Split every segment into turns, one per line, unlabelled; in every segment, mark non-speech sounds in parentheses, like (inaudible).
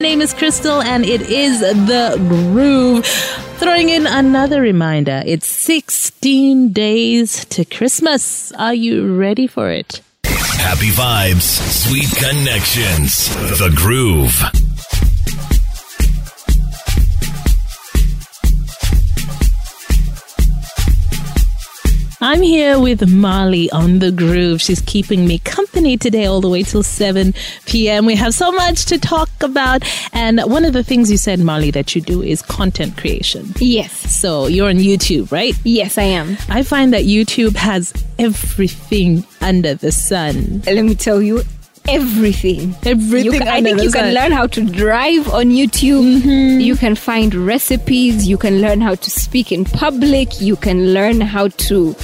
name is Crystal, and it is the groove. Throwing in another reminder it's 16 days to Christmas. Are you ready for it?
Happy vibes, sweet connections, the groove.
I'm here with Marley on the groove. She's keeping me company today all the way till 7 p.m. We have so much to talk about. And one of the things you said, Marley, that you do is content creation.
Yes.
So you're on YouTube, right?
Yes, I am.
I find that YouTube has everything under the sun.
Let me tell you everything.
Everything
You can, I
under
think
the
you
sun.
can learn how to drive on YouTube.
Mm-hmm.
You can find recipes. You can learn how to speak in public. You can learn how to.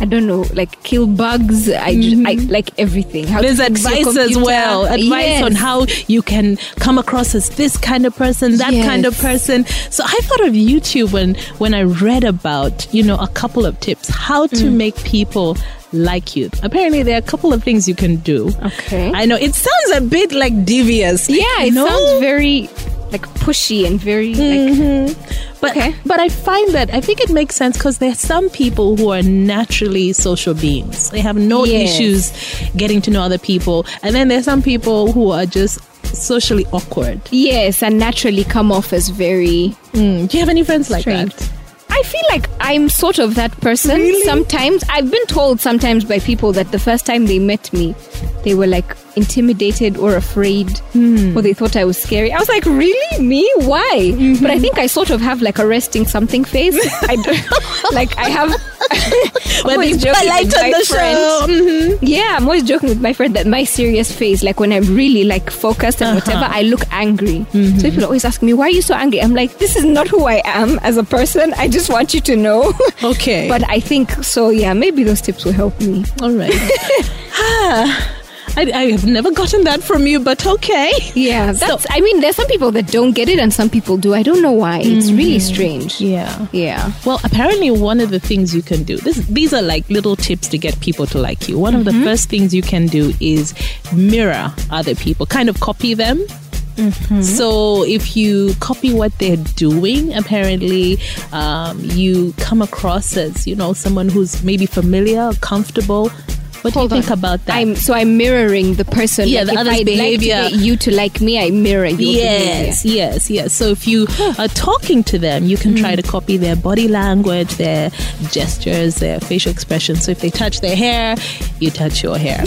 I don't know, like kill bugs. I, ju- I like everything. How to
Mm-hmm. There's
fix your
advice as
computer.
well. Advice
Yes.
on how you can come across as this kind of person, that
Yes.
kind of person. So I thought of YouTube when when I read about, you know, a couple of tips how to
Mm.
make people like you. Apparently there are a couple of things you can do.
Okay.
I know it sounds a bit like devious.
Yeah, it
no? Mm-hmm.
sounds very like pushy and very like
But
Okay.
but I find that I think it makes sense because there are some people who are naturally social beings. They have no
Yes.
issues getting to know other people, and then there are some people who are just socially awkward.
yes, and naturally come off as very
Mm, Do you have any friends like
Strange.
that?
I feel like I'm sort of that person sometimes. I've been told sometimes by people that the first time they met me, they were like intimidated or afraid or they thought I was scary. I was like, really? Me? Why? But I think I sort of have like a resting something face. I don't, (laughs) like I have. I'm
When
always
they
joking
polite
with
on
Oh, my
the
friend.
show. Mhm.
Yeah, I'm always joking with my friend that my serious face, like when I'm really like focused
Uh-huh.
and whatever, I look angry.
Mm-hmm.
So people always ask me, why are you so angry? I'm like, this is not who I am as a person. I just want you to know. (laughs)
Okay.
but I think so. Yeah, maybe those tips will help me.
Hmm, All right.
(laughs)
Ah, I, I have never gotten that from you, but okay.
Yeah,
So-
that's. I mean, there's some people that don't get it and some people do. I don't know why. It's really strange.
Mm-hmm. Yeah.
Yeah.
Well, apparently, one of the things you can do, this, these are like little tips to get people to like you. One of the first things you can do is mirror other people, kind of copy them. So, if you copy what they're doing, apparently um, you come across as, you know, someone who's maybe familiar, comfortable. What do you think about that?
I'm so I'm mirroring the person.
Yeah,
Like,
the
if
other's
I'd
behavior.
Like to get you to like me, I mirror your behavior.
Yes, yes, yes. So if you are talking to them, you can
Hmm.
try to copy their body language, their gestures, their facial expressions. So if they touch their hair, you touch your
(laughs)
hair.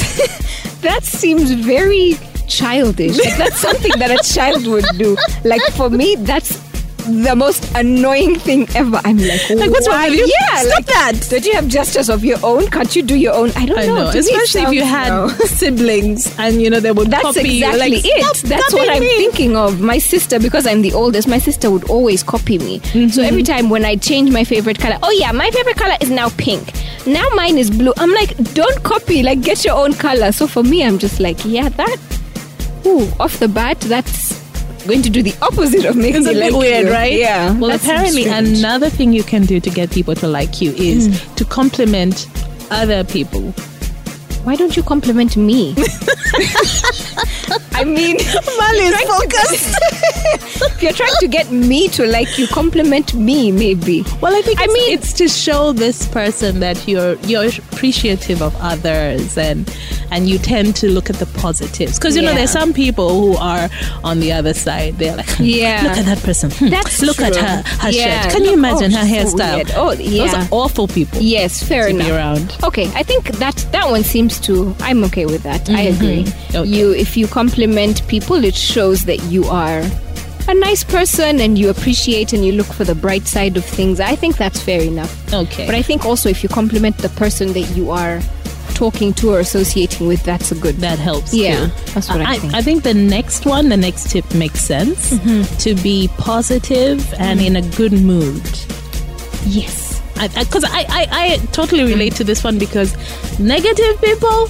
That seems very childish. Like that's something that a child would do. Like for me, that's the most annoying thing ever. I'm like,
Like, what's wrong
why?
with you?
Yeah,
Stop
like,
that.
Don't you have gestures of your own? Can't you do your own? I don't
I
know.
know,
To me, it
especially if you
sounds-
had (laughs)
No.
siblings and you know they would
That's
copy you,
exactly
like,
it.
"Stop
That's what
copying
I'm
me."
thinking of. My sister, because I'm the oldest, my sister would always copy me.
Mm-hmm.
So every time when I change my favorite color, oh yeah, my favorite color is now pink. Now mine is blue. I'm like, don't copy. Like, get your own color. So for me, I'm just like, yeah, that. Ooh, off the bat, that's going to do the opposite of making
It's a
me
bit
like
weird,
you.
right?
Yeah.
Well,
that's
apparently,
strange. Hmm.
another thing you can do to get people to like you is to compliment other people.
why don't you compliment me? (laughs) I mean, Mali's focused. if (laughs) you're trying to get me to like you, compliment me, maybe.
Well, I think
I
it's,
mean-
it's to show this person that you're you're appreciative of others and and you tend to look at the positives because you know
Yeah.
there's some people who are on the other side. They're like, "Hmm,
Yeah.
look at that person. Hmm,
That's
look at
true.
her her
Yeah.
shirt. Can you
Look-
imagine
oh,
her
she's so
hairstyle?
weird. Oh,
those
yeah.
are awful people.
Yes, fair
To be
enough.
around.
Okay, I think that that one seems to. I'm okay with that. I agree.
Okay.
You, if you compliment people, it shows that you are a nice person and you appreciate and you look for the bright side of things. I think that's fair enough.
Okay.
But I think also if you compliment the person that you are talking to or associating with, that's a good.
that helps.
Yeah,
too.
that's what I think.
I think the next one, the next tip makes sense to be positive and in a good mood.
yes.
because I, I, I, totally relate to this one because negative people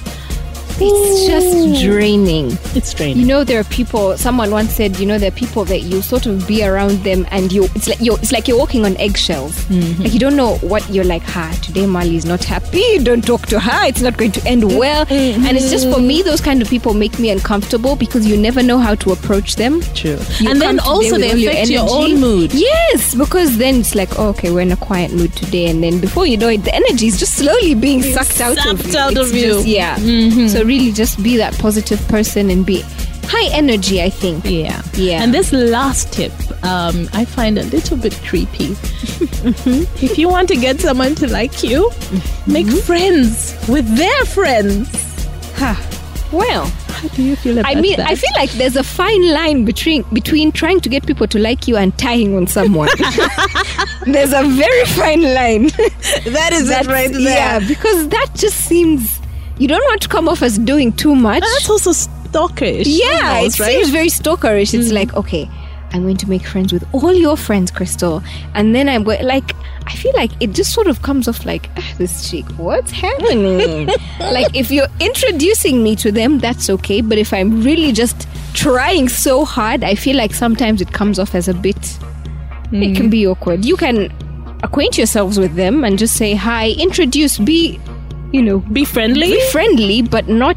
It's just draining.
It's
You
draining.
know, there are people. Someone once said, you know, there are people that you sort of be around them, and you. It's like you. It's like you're walking on eggshells.
Mm-hmm.
Like you don't know what you're like. Ha! Today Molly is not happy. Don't talk to her. It's not going to end well.
Mm-hmm.
And it's just for me, those kind of people make me uncomfortable because you never know how to approach them.
True.
You
and then
come today
also
with
they
all your
affect your,
energy.
own mood.
Yes, because then it's like, oh, okay, we're in a quiet mood today, and then before you know it, the energy is just slowly being sucked out of
sucked
you.
out
It's
of you.
just- yeah.
Mm-hmm.
So really, just be that positive person and be high energy. I think.
Yeah.
Yeah.
And this last tip, um, I find a little bit creepy. If you want to get someone to like you, make friends with their friends.
Huh. Well,
How do you feel about
I mean,
that?
I feel like there's a fine line between between trying to get people to like you and tying
(laughs)
on someone. (laughs) there's a very fine line.
that is
That's- Yeah, because that just seems you don't want to come off as doing
(laughs)
too much.
That's also stalkerish.
Yeah,
almost,
it
right?
seems very stalkerish. It's like, okay, I'm going to make friends with all your friends, Crystal, and then I'm going like. I feel like it just sort of comes off like "Ah, this chick. What's happening? (laughs) like if you're introducing me to them, that's okay. But if I'm really just trying so hard, I feel like sometimes it comes off as a bit. It can be awkward. You can acquaint yourselves with them and just say hi, introduce, be, you know,
Be friendly.
be friendly, but not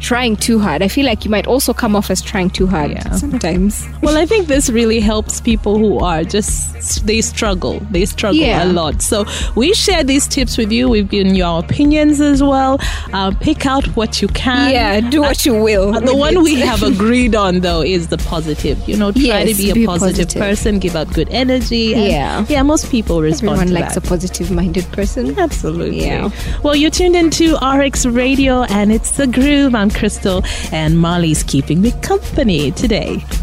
trying too hard. I feel like you might also come off as trying too hard
Yeah.
sometimes.
Well, I think this really helps people who are just, they struggle. They struggle
Yeah.
a lot. So we share these tips with you. We've given your opinions as well. Uh, pick out what you can.
yeah, do
Uh,
what you will.
Uh, the
with
one
it.
we
(laughs)
have agreed on though is the positive. You know, try to
Yes,
be a
be
positive,
positive.
person, give out good energy. and-
Yeah.
yeah. Most people respond
Everyone
to
likes
that.
a positive-minded person.
Absolutely.
Yeah.
Well, you're tuned into RX Radio, and it's the groove. I'm Crystal, and Molly's keeping me company today.